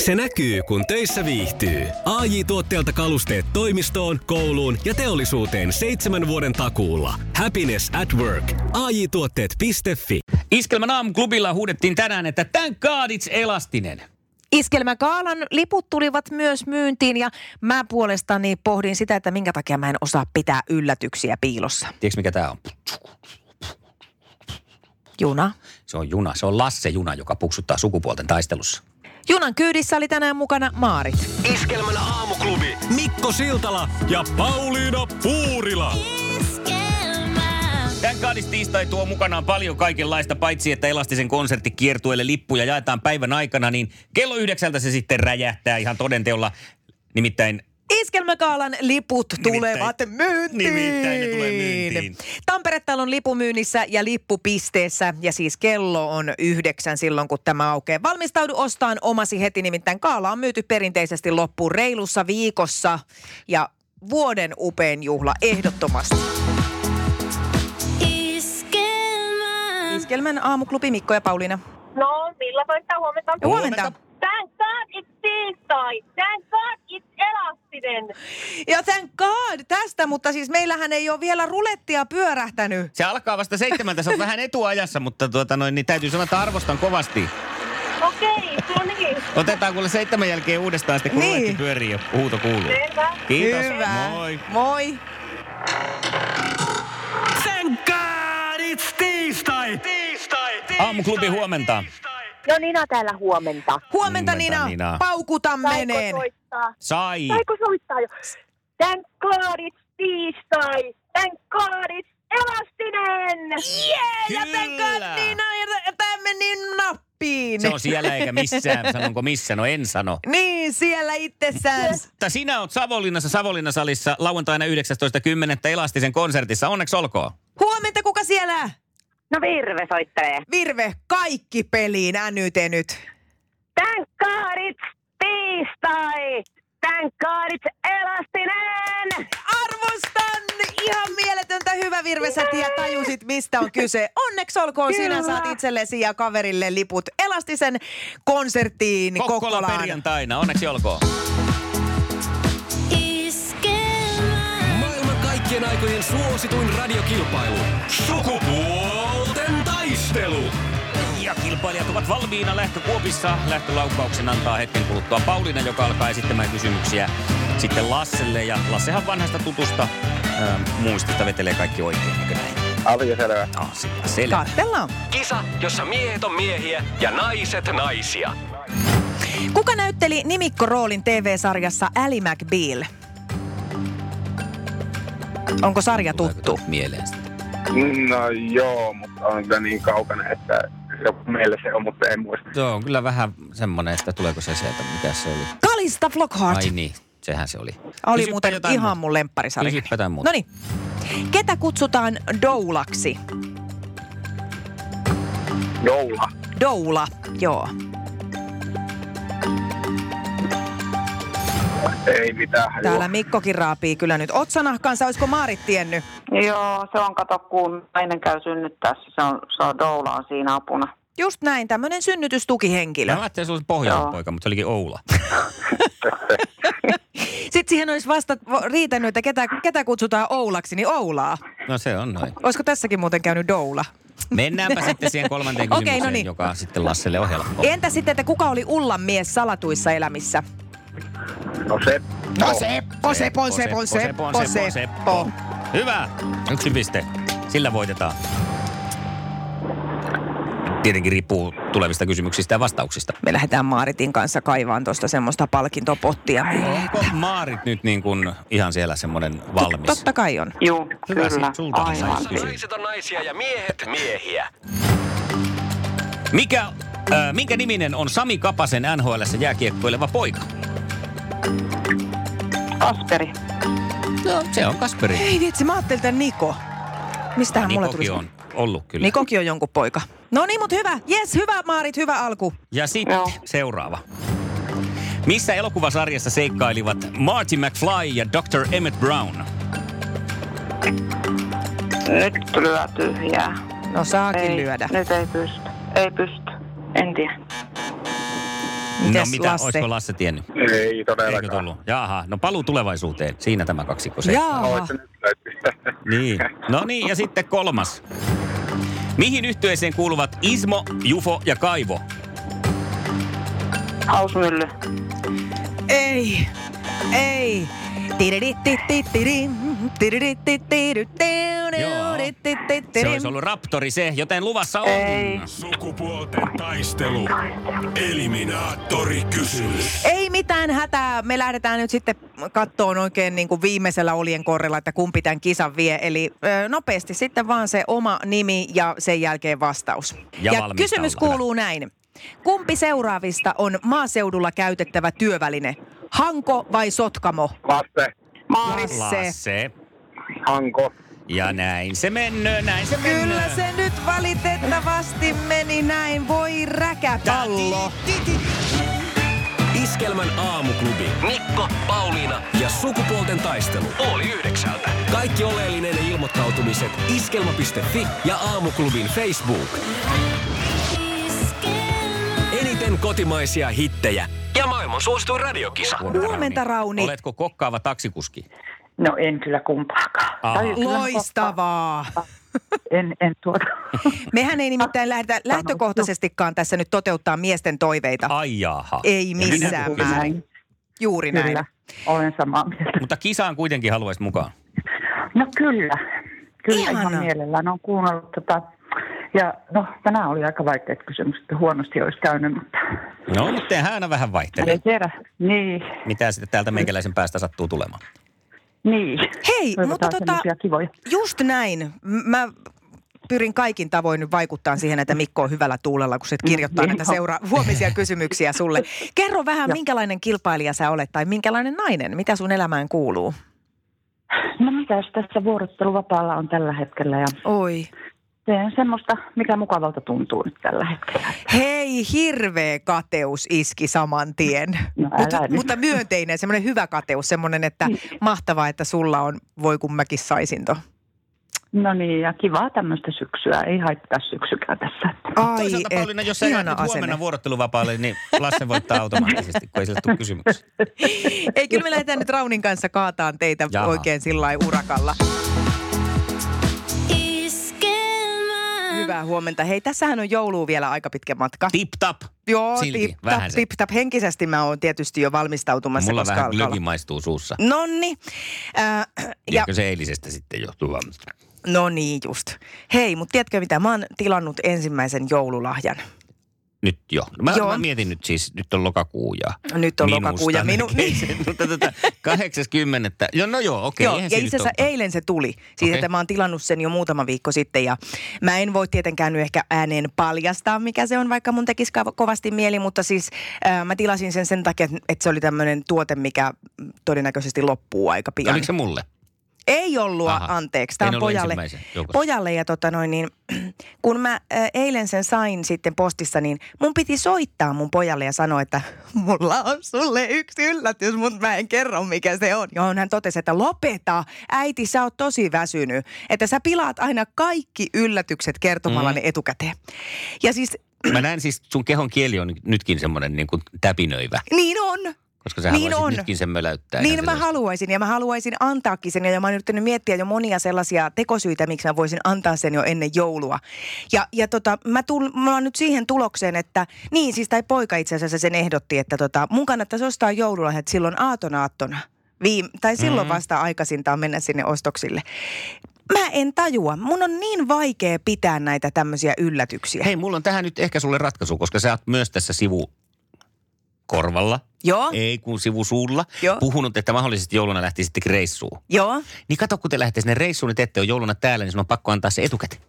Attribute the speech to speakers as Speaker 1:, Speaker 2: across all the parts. Speaker 1: Se näkyy, kun töissä viihtyy. ai tuotteelta kalusteet toimistoon, kouluun ja teollisuuteen seitsemän vuoden takuulla. Happiness at work. ai tuotteetfi
Speaker 2: Iskelmän aamuklubilla huudettiin tänään, että tän kaadits elastinen.
Speaker 3: Iskelmän kaalan liput tulivat myös myyntiin ja mä puolestani pohdin sitä, että minkä takia mä en osaa pitää yllätyksiä piilossa.
Speaker 2: Tiedätkö mikä tää on?
Speaker 3: Juna.
Speaker 2: Se on juna. Se on Lasse Juna, joka puksuttaa sukupuolten taistelussa.
Speaker 3: Junan kyydissä oli tänään mukana Maarit.
Speaker 1: Iskelmän aamuklubi. Mikko Siltala ja Pauliina Puurila.
Speaker 2: Tän kaadits tiistai tuo mukanaan paljon kaikenlaista, paitsi että Elastisen konserttikiertueelle lippuja jaetaan päivän aikana, niin kello yhdeksältä se sitten räjähtää ihan todenteolla. Nimittäin
Speaker 3: Iskelmäkaalan liput
Speaker 2: Nimittäin-
Speaker 3: tulevat myyntiin.
Speaker 2: nimittäin ne tulee myyntiin.
Speaker 3: Tampere-talon lipumyynnissä ja lippupisteessä. Ja siis kello on yhdeksän silloin, kun tämä aukeaa. Valmistaudu ostaan omasi heti, nimittäin kaala on myyty perinteisesti loppuun reilussa viikossa. Ja vuoden upein juhla ehdottomasti. Iskelmän aamuklubi Mikko ja Pauliina.
Speaker 4: No, Villa toista huomenta.
Speaker 3: Ja huomenta.
Speaker 4: Thank God it's tiistai. Thank God it's elastinen.
Speaker 3: Ja thank god tästä, mutta siis meillähän ei ole vielä rulettia pyörähtänyt.
Speaker 2: se alkaa vasta seitsemältä, se on vähän etuajassa, mutta tuota noin, niin täytyy sanoa, että arvostan kovasti.
Speaker 4: Okei, no niin.
Speaker 2: Otetaan kuule seitsemän jälkeen uudestaan, sitten kun
Speaker 3: Niin.
Speaker 2: niin. pyörii jo. Huuto kuuluu.
Speaker 4: Selvä.
Speaker 2: Kiitos.
Speaker 3: Hyvä.
Speaker 2: Moi.
Speaker 3: Moi.
Speaker 1: Thank God it's tiistai. Tiistai.
Speaker 2: Aamuklubi huomenta.
Speaker 4: No Nina täällä huomenta.
Speaker 3: Huomenta,
Speaker 2: Huomenta,
Speaker 3: Nina.
Speaker 2: Nina.
Speaker 3: Paukuta meneen. Niin.
Speaker 4: soittaa?
Speaker 2: Sai.
Speaker 4: Saiko soittaa jo? Thank God it's tiistai. Thank God it's elastinen.
Speaker 3: Jee, ja
Speaker 2: Kyllä.
Speaker 3: tänkä Nina, ja tämä meni nappiin.
Speaker 2: Se on siellä eikä missään. Sanonko missä? No en sano.
Speaker 3: Niin, siellä itsessään.
Speaker 2: Mutta sinä oot Savonlinnassa Savonlinnasalissa lauantaina 19.10. Elastisen konsertissa. Onneksi olkoon.
Speaker 3: Niin Huomenta, kuka siellä?
Speaker 4: No Virve soittelee.
Speaker 3: Virve, kaikki peliin, änyt, nyt.
Speaker 4: Thank God it's tiistai. Thank God it's elastinen.
Speaker 3: Arvostan! Ihan mieletöntä hyvä Virve, sä tiedä, tajusit mistä on kyse. Onneksi olkoon, sinä
Speaker 4: Kyllä.
Speaker 3: saat itsellesi ja kaverille liput Elastisen konserttiin
Speaker 2: Kokkola
Speaker 3: Kokkolaan.
Speaker 2: perjantaina. Onneksi olkoon.
Speaker 1: Maailman kaikkien aikojen suosituin radiokilpailu. Sukupuolten taistelu.
Speaker 2: Ja kilpailijat ovat valmiina lähtökuopissa. Lähtölaukauksen antaa hetken kuluttua Pauliina, joka alkaa esittämään kysymyksiä sitten Lasselle. Ja Lassehan vanhasta tutusta ää, muistista vetelee kaikki oikein, eikö näin?
Speaker 5: Asia selvä.
Speaker 2: Asia selvä.
Speaker 3: Kattellaan.
Speaker 1: Kisa, jossa miehet on miehiä ja naiset naisia.
Speaker 3: Kuka näytteli nimikkoroolin TV-sarjassa Ally McBeal? Onko sarja tuttu?
Speaker 2: mieleen
Speaker 5: No joo, mutta on kyllä niin kaukana, että joku meillä se on, mutta en muista.
Speaker 2: Se on kyllä vähän semmoinen, että tuleeko se sieltä, mikä se oli.
Speaker 3: Kalista Flockhart.
Speaker 2: Ai niin, sehän se oli.
Speaker 3: Oli
Speaker 2: Kysypä
Speaker 3: muuten
Speaker 2: jotain
Speaker 3: ihan
Speaker 2: muuta.
Speaker 3: mun lempparisarja.
Speaker 2: Kysypä jotain muuta.
Speaker 3: No niin. Ketä kutsutaan doulaksi?
Speaker 5: Joula.
Speaker 3: Doula, joo.
Speaker 5: Ei mitään. hajua.
Speaker 3: Täällä Mikkokin raapii kyllä nyt otsanahkansa. Olisiko Maarit tiennyt?
Speaker 6: Joo, se on kato, kun nainen käy synnyttäessä, se on, se on doula on siinä apuna.
Speaker 3: Just näin, tämmöinen synnytystukihenkilö.
Speaker 2: Mä ajattelin, että se oli pohjalla poika, mutta se olikin Oula.
Speaker 3: Sitten siihen olisi vasta vo- riitänyt, että ketä, ketä kutsutaan Oulaksi, niin Oulaa.
Speaker 2: No se on noin.
Speaker 3: Olisiko tässäkin muuten käynyt doula?
Speaker 2: Mennäänpä sitten siihen kolmanteen
Speaker 3: Okei,
Speaker 2: kysymykseen,
Speaker 3: no niin.
Speaker 2: joka on sitten Lasselle on helppo.
Speaker 3: Entä sitten, että kuka oli Ullan mies salatuissa elämissä?
Speaker 5: No se.
Speaker 3: No Seppo, Seppo, Seppo, Seppo, Seppo.
Speaker 2: Hyvä. Yksi piste. Sillä voitetaan. Tietenkin riippuu tulevista kysymyksistä ja vastauksista.
Speaker 3: Me lähdetään Maaritin kanssa kaivaan tuosta semmoista palkintopottia.
Speaker 2: Onko Maarit nyt niin kuin ihan siellä semmoinen valmis?
Speaker 3: Totta kai on.
Speaker 6: Joo,
Speaker 2: Hyvä,
Speaker 6: kyllä,
Speaker 2: sit sultahan
Speaker 6: aivan.
Speaker 2: saisi kysyä.
Speaker 1: on naisia ja miehet miehiä.
Speaker 2: Mikä, äh, minkä niminen on Sami Kapasen NHLssä jääkiekkoileva poika?
Speaker 6: Kasperi,
Speaker 2: No, se on Kasperi.
Speaker 3: Ei vitsi, mä ajattelin tämän Niko. Mistähän mulle
Speaker 2: Nikoki
Speaker 3: tulisi?
Speaker 2: on ollut kyllä.
Speaker 3: Nikokin on jonkun poika. No niin, mutta hyvä. Jes, hyvä Maarit, hyvä alku.
Speaker 2: Ja sitten
Speaker 6: Joo.
Speaker 2: seuraava. Missä elokuvasarjassa seikkailivat Marty McFly ja Dr. Emmett Brown? No,
Speaker 6: nyt lyö tyhjää.
Speaker 3: No saakin
Speaker 6: Ei,
Speaker 3: lyödä.
Speaker 6: Nyt ei pysty, ei pysty, en tiedä.
Speaker 3: Mites
Speaker 2: no mitä,
Speaker 3: Lasse?
Speaker 2: olisiko Lasse tiennyt?
Speaker 5: Ei
Speaker 2: Eikö
Speaker 5: todellakaan.
Speaker 2: tullut? Jaaha, no paluu tulevaisuuteen. Siinä tämä kaksikko se.
Speaker 3: Jaa.
Speaker 5: Oot sä nyt löytynyt?
Speaker 2: Niin. No niin, ja sitten kolmas. Mihin yhtyeeseen kuuluvat Ismo, Jufo ja Kaivo?
Speaker 6: Hausmylly.
Speaker 3: Ei. Ei. Tididitititidim, tididititididim,
Speaker 2: Joo. Se
Speaker 3: tididititididim.
Speaker 2: olisi ollut Raptori se, joten luvassa on.
Speaker 6: Ei.
Speaker 7: Sukupuolten taistelu. Eliminaattori kysymys.
Speaker 3: Ei mitään hätää. Me lähdetään nyt sitten kattoon oikein niin kuin viimeisellä olien korrella, että kumpi tämän kisan vie. Eli ö, nopeasti sitten vaan se oma nimi ja sen jälkeen vastaus.
Speaker 2: Ja
Speaker 3: ja
Speaker 2: valmista
Speaker 3: kysymys
Speaker 2: ollaan.
Speaker 3: kuuluu näin. Kumpi seuraavista on maaseudulla käytettävä työväline? Hanko vai sotkamo?
Speaker 5: Lasse,
Speaker 3: Maalis
Speaker 2: Lasse.
Speaker 5: Hanko.
Speaker 2: Ja näin se mennö, näin se mennö.
Speaker 3: Kyllä se nyt valitettavasti meni näin. Voi räkäpallo.
Speaker 1: Iskelmän aamuklubi. Mikko, Pauliina ja sukupuolten taistelu. Oli yhdeksältä. Kaikki oleellinen ilmoittautumiset iskelma.fi ja aamuklubin Facebook. Eniten kotimaisia hittejä ja maailman suosituin radiokisa.
Speaker 3: Huomenta, Rauni.
Speaker 2: Oletko kokkaava taksikuski?
Speaker 6: No en kyllä kumpaakaan.
Speaker 2: Aha.
Speaker 6: Tai kyllä
Speaker 3: Loistavaa.
Speaker 6: kumpaakaan. En, en tuota.
Speaker 3: Mehän ei nimittäin lähdetä lähtökohtaisestikaan tässä nyt toteuttaa miesten toiveita.
Speaker 2: Ai jaaha.
Speaker 3: Ei
Speaker 2: Ja
Speaker 3: missään
Speaker 2: minä-
Speaker 3: määrin. Juuri näin.
Speaker 6: Kyllä, olen samaa mieltä.
Speaker 2: Mutta kisaan kuitenkin haluaisit mukaan.
Speaker 6: No kyllä, kyllä Ihana.
Speaker 3: Ihana.
Speaker 6: ihan mielellään on kuunnellut tota. Ja no, tänään oli aika vaikeat kysymykset, että huonosti olisi käynyt, mutta
Speaker 2: No, mutta hän vähän vaihtelee.
Speaker 6: ei tiedä. Niin,
Speaker 2: Mitä sitten täältä meikäläisen päästä sattuu tulemaan?
Speaker 6: niin.
Speaker 3: Hei,
Speaker 6: Toivotaan
Speaker 3: mutta tota,
Speaker 6: semmoisia kivoja.
Speaker 3: just näin. M- Mä pyrin kaikin tavoin nyt vaikuttaa siihen, että Mikko on hyvällä tuulella, kun se kirjoittaa näitä
Speaker 6: Joo.
Speaker 3: seura- huomisia kysymyksiä sulle. Kerro vähän,
Speaker 6: Joo.
Speaker 3: minkälainen kilpailija sä olet tai minkälainen nainen? Mitä sun elämään kuuluu?
Speaker 6: No mitäs tässä vuorotteluvapaalla on tällä hetkellä ja
Speaker 3: Oi.
Speaker 6: teen semmoista, mikä mukavalta tuntuu nyt tällä hetkellä.
Speaker 3: Hei, hirveä kateus iski saman tien.
Speaker 6: No älä
Speaker 3: Mut,
Speaker 6: nyt.
Speaker 3: mutta myönteinen, semmoinen hyvä kateus, semmoinen, että mahtavaa, että sulla on, voi kun mäkin saisin to.
Speaker 6: No niin, ja kivaa tämmöistä syksyä. Ei haittaa syksykään tässä. että-
Speaker 3: Ai,
Speaker 2: Toisaalta
Speaker 3: et,
Speaker 2: Pauliina, jos sä jäät
Speaker 3: ihana
Speaker 2: nyt huomenna
Speaker 3: asenne.
Speaker 2: vuorotteluvapaalle, niin Lasse voittaa automaattisesti, kun ei sille tule kysymyksiä.
Speaker 3: Ei, kyllä me lähdetään nyt Raunin kanssa kaataan teitä
Speaker 2: Jaha.
Speaker 3: Jaha. oikein sillä lailla urakalla. Hyvää huomenta. Hei, tässähän on joulua vielä aika pitkä matka.
Speaker 2: Tip tap.
Speaker 3: Joo,
Speaker 2: silti,
Speaker 3: tip, tap,
Speaker 2: vähän se.
Speaker 3: tip, tap. Henkisesti mä oon tietysti jo valmistautumassa,
Speaker 2: Mulla
Speaker 3: koska
Speaker 2: vähän
Speaker 3: alkaa olla-
Speaker 2: glögi maistuu suussa.
Speaker 3: Nonni. Äh, ja,
Speaker 2: Tiedätkö se eilisestä sitten johtuu varmasti?
Speaker 3: no niin just. Hei, mutta tiedätkö mitä? Mä oon tilannut ensimmäisen joululahjan.
Speaker 2: Nyt jo. No Mä,
Speaker 3: Joo.
Speaker 2: mä mietin nyt siis, nyt on lokakuu ja
Speaker 3: Nyt on
Speaker 2: minusta
Speaker 3: lokakuu ja minu... niin.
Speaker 2: näkee sen. Mutta tätä 80. Joo, no joo, okei.
Speaker 3: Joo,
Speaker 2: eihän
Speaker 3: ja
Speaker 2: se
Speaker 3: itse
Speaker 2: nyt
Speaker 3: asiassa
Speaker 2: ole-
Speaker 3: eilen se tuli. Siis
Speaker 2: Okei.
Speaker 3: okay. että mä oon tilannut sen jo muutama viikko sitten ja mä en voi tietenkään nyt ehkä ääneen paljastaa, mikä se on, vaikka mun tekisi ka- kovasti mieli, mutta siis äh, mä tilasin sen sen takia, että- että se oli tämmöinen tuote, mikä todennäköisesti loppuu aika pian.
Speaker 2: Oliko se mulle?
Speaker 3: Ei ollut,
Speaker 2: Aha.
Speaker 3: Aha. anteeksi. Tämä
Speaker 2: En
Speaker 3: on
Speaker 2: ollut
Speaker 3: pojalle.
Speaker 2: ensimmäisen joukossa.
Speaker 3: Pojalle ja tota noin, niin, kun mä äh, eilen sen sain sitten postissa, niin mun piti soittaa mun pojalle ja sanoa, että mulla on sulle yksi yllätys, mutta mä en kerro mikä se on. Johon hän totesi, että lopeta, äiti sä oot tosi väsynyt, että sä pilaat aina kaikki yllätykset kertomalla
Speaker 2: Mm.
Speaker 3: ne etukäteen. Ja siis
Speaker 2: Mä näen siis, sun kehon kieli on nytkin semmoinen niin kuin täpinöivä,
Speaker 3: niin on.
Speaker 2: koska sä
Speaker 3: Niin
Speaker 2: haluaisit
Speaker 3: on.
Speaker 2: nytkin sen möläyttää.
Speaker 3: Niin
Speaker 2: ihan
Speaker 3: mä
Speaker 2: selvästi.
Speaker 3: haluaisin ja mä haluaisin antaakin sen ja mä oon yrittänyt miettiä jo monia sellaisia tekosyitä, miksi mä voisin antaa sen jo ennen joulua. Ja, ja tota, mä, tull, mä oon nyt siihen tulokseen, että niin siis tai poika itse asiassa sen ehdotti, että tota, mun kannattaisi ostaa joululahjat silloin aatonaattona. Viim, tai silloin mm. vasta aikaisintaan mennä sinne ostoksille. Mä en tajua. Mun on niin vaikea pitää näitä tämmöisiä yllätyksiä.
Speaker 2: Hei, mulla on tähän nyt ehkä sulle ratkaisu, koska sä oot myös tässä sivu korvalla,
Speaker 3: Joo,
Speaker 2: ei kun sivusuulla,
Speaker 3: Ah. Joo.
Speaker 2: puhunut, että mahdollisesti jouluna lähtisittekin reissuun.
Speaker 3: joo.
Speaker 2: Niin kato, kun te lähdette sinne reissuun, niin te ette ole jouluna täällä, niin sun on pakko antaa se etukäteen.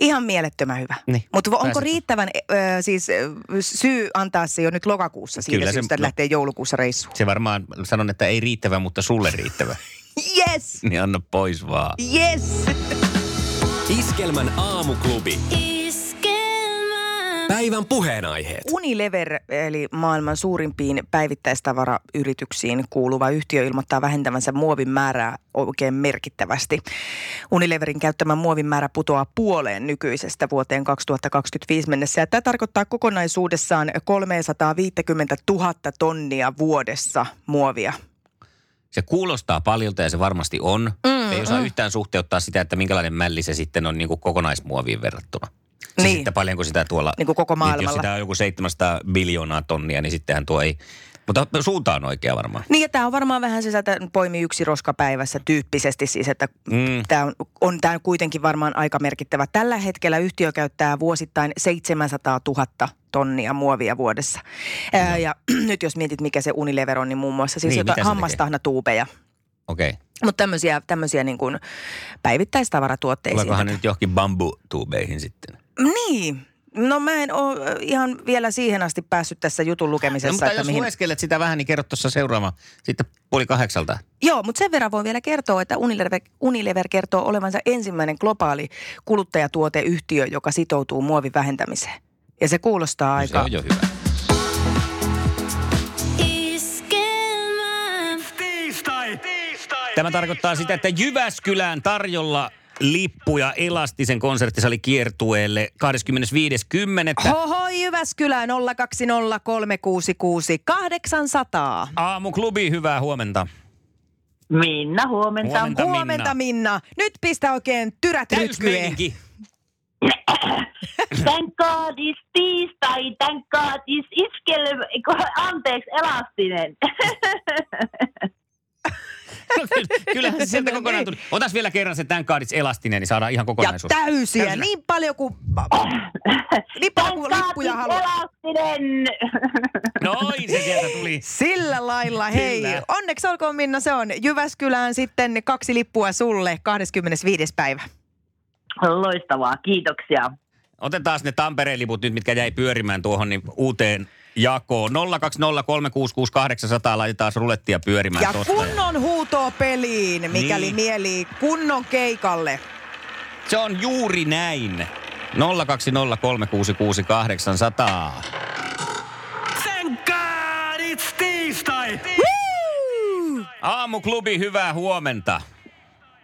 Speaker 3: Ihan mielettömän hyvä.
Speaker 2: Niin,
Speaker 3: Mutta onko
Speaker 2: pääset-
Speaker 3: riittävän ö, siis ö, syy antaa se jo nyt lokakuussa siitä
Speaker 2: Kyllä
Speaker 3: Kyllä
Speaker 2: se-
Speaker 3: syystä, että
Speaker 2: no.
Speaker 3: lähtee joulukuussa reissuun?
Speaker 2: Se varmaan, sanon, että ei riittävä, mutta sulle riittävä.
Speaker 3: Yes!
Speaker 2: niin anna pois vaan.
Speaker 3: Yes!
Speaker 1: Iskelmän aamuklubi.
Speaker 8: Iskelmä.
Speaker 1: Päivän puheenaiheet.
Speaker 3: Unilever, eli maailman suurimpiin päivittäistavarayrityksiin kuuluva yhtiö, ilmoittaa vähentävänsä muovin määrää oikein merkittävästi. Unileverin käyttämä muovin määrä putoaa puoleen nykyisestä vuoteen 2025 mennessä. Ja tämä tarkoittaa kokonaisuudessaan 350 000 tonnia vuodessa muovia.
Speaker 2: Se kuulostaa paljolta ja se varmasti on. Mm, ei osaa mm. yhtään suhteuttaa sitä, että minkälainen mälli se sitten on niin kuin kokonaismuoviin verrattuna. Se
Speaker 3: Niin.
Speaker 2: sitten paljonko sitä tuolla...
Speaker 3: Niin kuin koko
Speaker 2: Jos
Speaker 3: maailmalla.
Speaker 2: sitä on joku 700 biljoonaa tonnia, niin sittenhän tuo ei... Mutta suunta on oikea varmaan.
Speaker 3: Niin ja tämä on varmaan vähän se, että poimi yksi roska päivässä tyyppisesti siis, että
Speaker 2: Mm.
Speaker 3: mm. tämä on, on tää kuitenkin varmaan aika merkittävä. Tällä hetkellä yhtiö käyttää vuosittain 700 000 tonnia muovia vuodessa. Ää, ja nyt jos mietit, mikä se Unilever on, niin muun muassa siis
Speaker 2: Niin,
Speaker 3: niin,
Speaker 2: mitä
Speaker 3: jotain
Speaker 2: se
Speaker 3: hammastahna-tuubeja.
Speaker 2: Okei. Okay.
Speaker 3: Mutta tämmöisiä, tämmöisiä niin kuin päivittäistavaratuotteisiin.
Speaker 2: Tuleekohan nyt johonkin bambutuubeihin sitten?
Speaker 3: Niin. No mä en ole ihan vielä siihen asti päässyt tässä jutun
Speaker 2: No,
Speaker 3: lukemisessa,
Speaker 2: mutta
Speaker 3: että
Speaker 2: jos
Speaker 3: mihin...
Speaker 2: mihin... lueskelet sitä vähän, niin kerro tuossa seuraava. Sitten puoli kahdeksalta.
Speaker 3: Joo, mutta sen verran voi vielä kertoa, että Unilever, Unilever kertoo olevansa ensimmäinen globaali kuluttajatuoteyhtiö, joka sitoutuu muovin vähentämiseen. Ja se kuulostaa
Speaker 2: No, Se
Speaker 3: aika...
Speaker 2: on jo hyvä.
Speaker 8: Iskelmä.
Speaker 2: Tämä tarkoittaa sitä, että Jyväskylään tarjolla lippuja Elastisen konserttisali kiertueelle 25.10.
Speaker 3: Hoho Jyväskylä 020366 800.
Speaker 2: Aamuklubi, hyvää huomenta.
Speaker 6: Minna, huomenta.
Speaker 2: Huomenta. Minna.
Speaker 3: Huomenta Minna. Nyt pistä oikein tyrät rytkyeen.
Speaker 2: Täysmeininki.
Speaker 4: Thank God is tiistai, thank God is iskele... Anteeksi, elastinen.
Speaker 2: No, ky- Kyllähän se sieltä kokonaan tuli. Otas vielä kerran se tämän kaadits elastinen, niin saadaan ihan
Speaker 3: niin. Ja
Speaker 2: kokonaisuus.
Speaker 3: täysiä.
Speaker 2: Täysillä.
Speaker 3: Niin paljon kuin, niin paljon
Speaker 4: Thank
Speaker 3: kuin
Speaker 4: God
Speaker 3: lippuja
Speaker 4: is
Speaker 3: haluaa.
Speaker 4: elastinen.
Speaker 2: Noin se sieltä tuli.
Speaker 3: Sillä lailla, hei.
Speaker 2: Kyllä.
Speaker 3: Onneksi olkoon Minna, se on Jyväskylään sitten kaksi lippua sulle 25. päivä.
Speaker 4: Loistavaa, kiitoksia.
Speaker 2: Otetaan ne Tampereen liput nyt, mitkä jäi pyörimään tuohon niin uuteen jakoon. 020366800 laitetaan se rulettia pyörimään
Speaker 3: Ja
Speaker 2: tosta.
Speaker 3: kunnon huutoa peliin, mikäli
Speaker 2: Niin.
Speaker 3: niin. mieli kunnon keikalle.
Speaker 2: Se on juuri näin. 020366800. Aamuklubi, hyvää huomenta.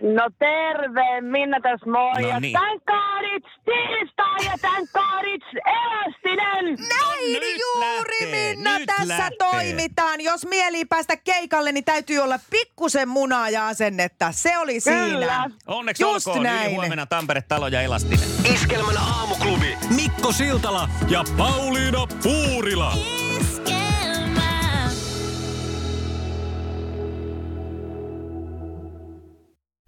Speaker 4: No terve, Minna tässä moi.
Speaker 2: No
Speaker 4: ja
Speaker 2: niin.
Speaker 4: Thank God it's tiistai ja thank God it's elastinen.
Speaker 3: Näin
Speaker 2: No nyt
Speaker 3: juuri
Speaker 2: lähtee,
Speaker 3: Minna
Speaker 2: nyt
Speaker 3: tässä
Speaker 2: lähtee.
Speaker 3: toimitaan. Jos mieli päästä keikalle, niin täytyy olla pikkusen munaa ja asennetta. Se oli siinä.
Speaker 2: Onneksi
Speaker 3: Just
Speaker 2: olkoon. Yli
Speaker 3: näin.
Speaker 2: huomenna Tampere, Talo ja Elastinen.
Speaker 1: Iskelmän aamuklubi. Mikko Siltala ja
Speaker 7: Pauliina Puurila.
Speaker 8: Iskelmä.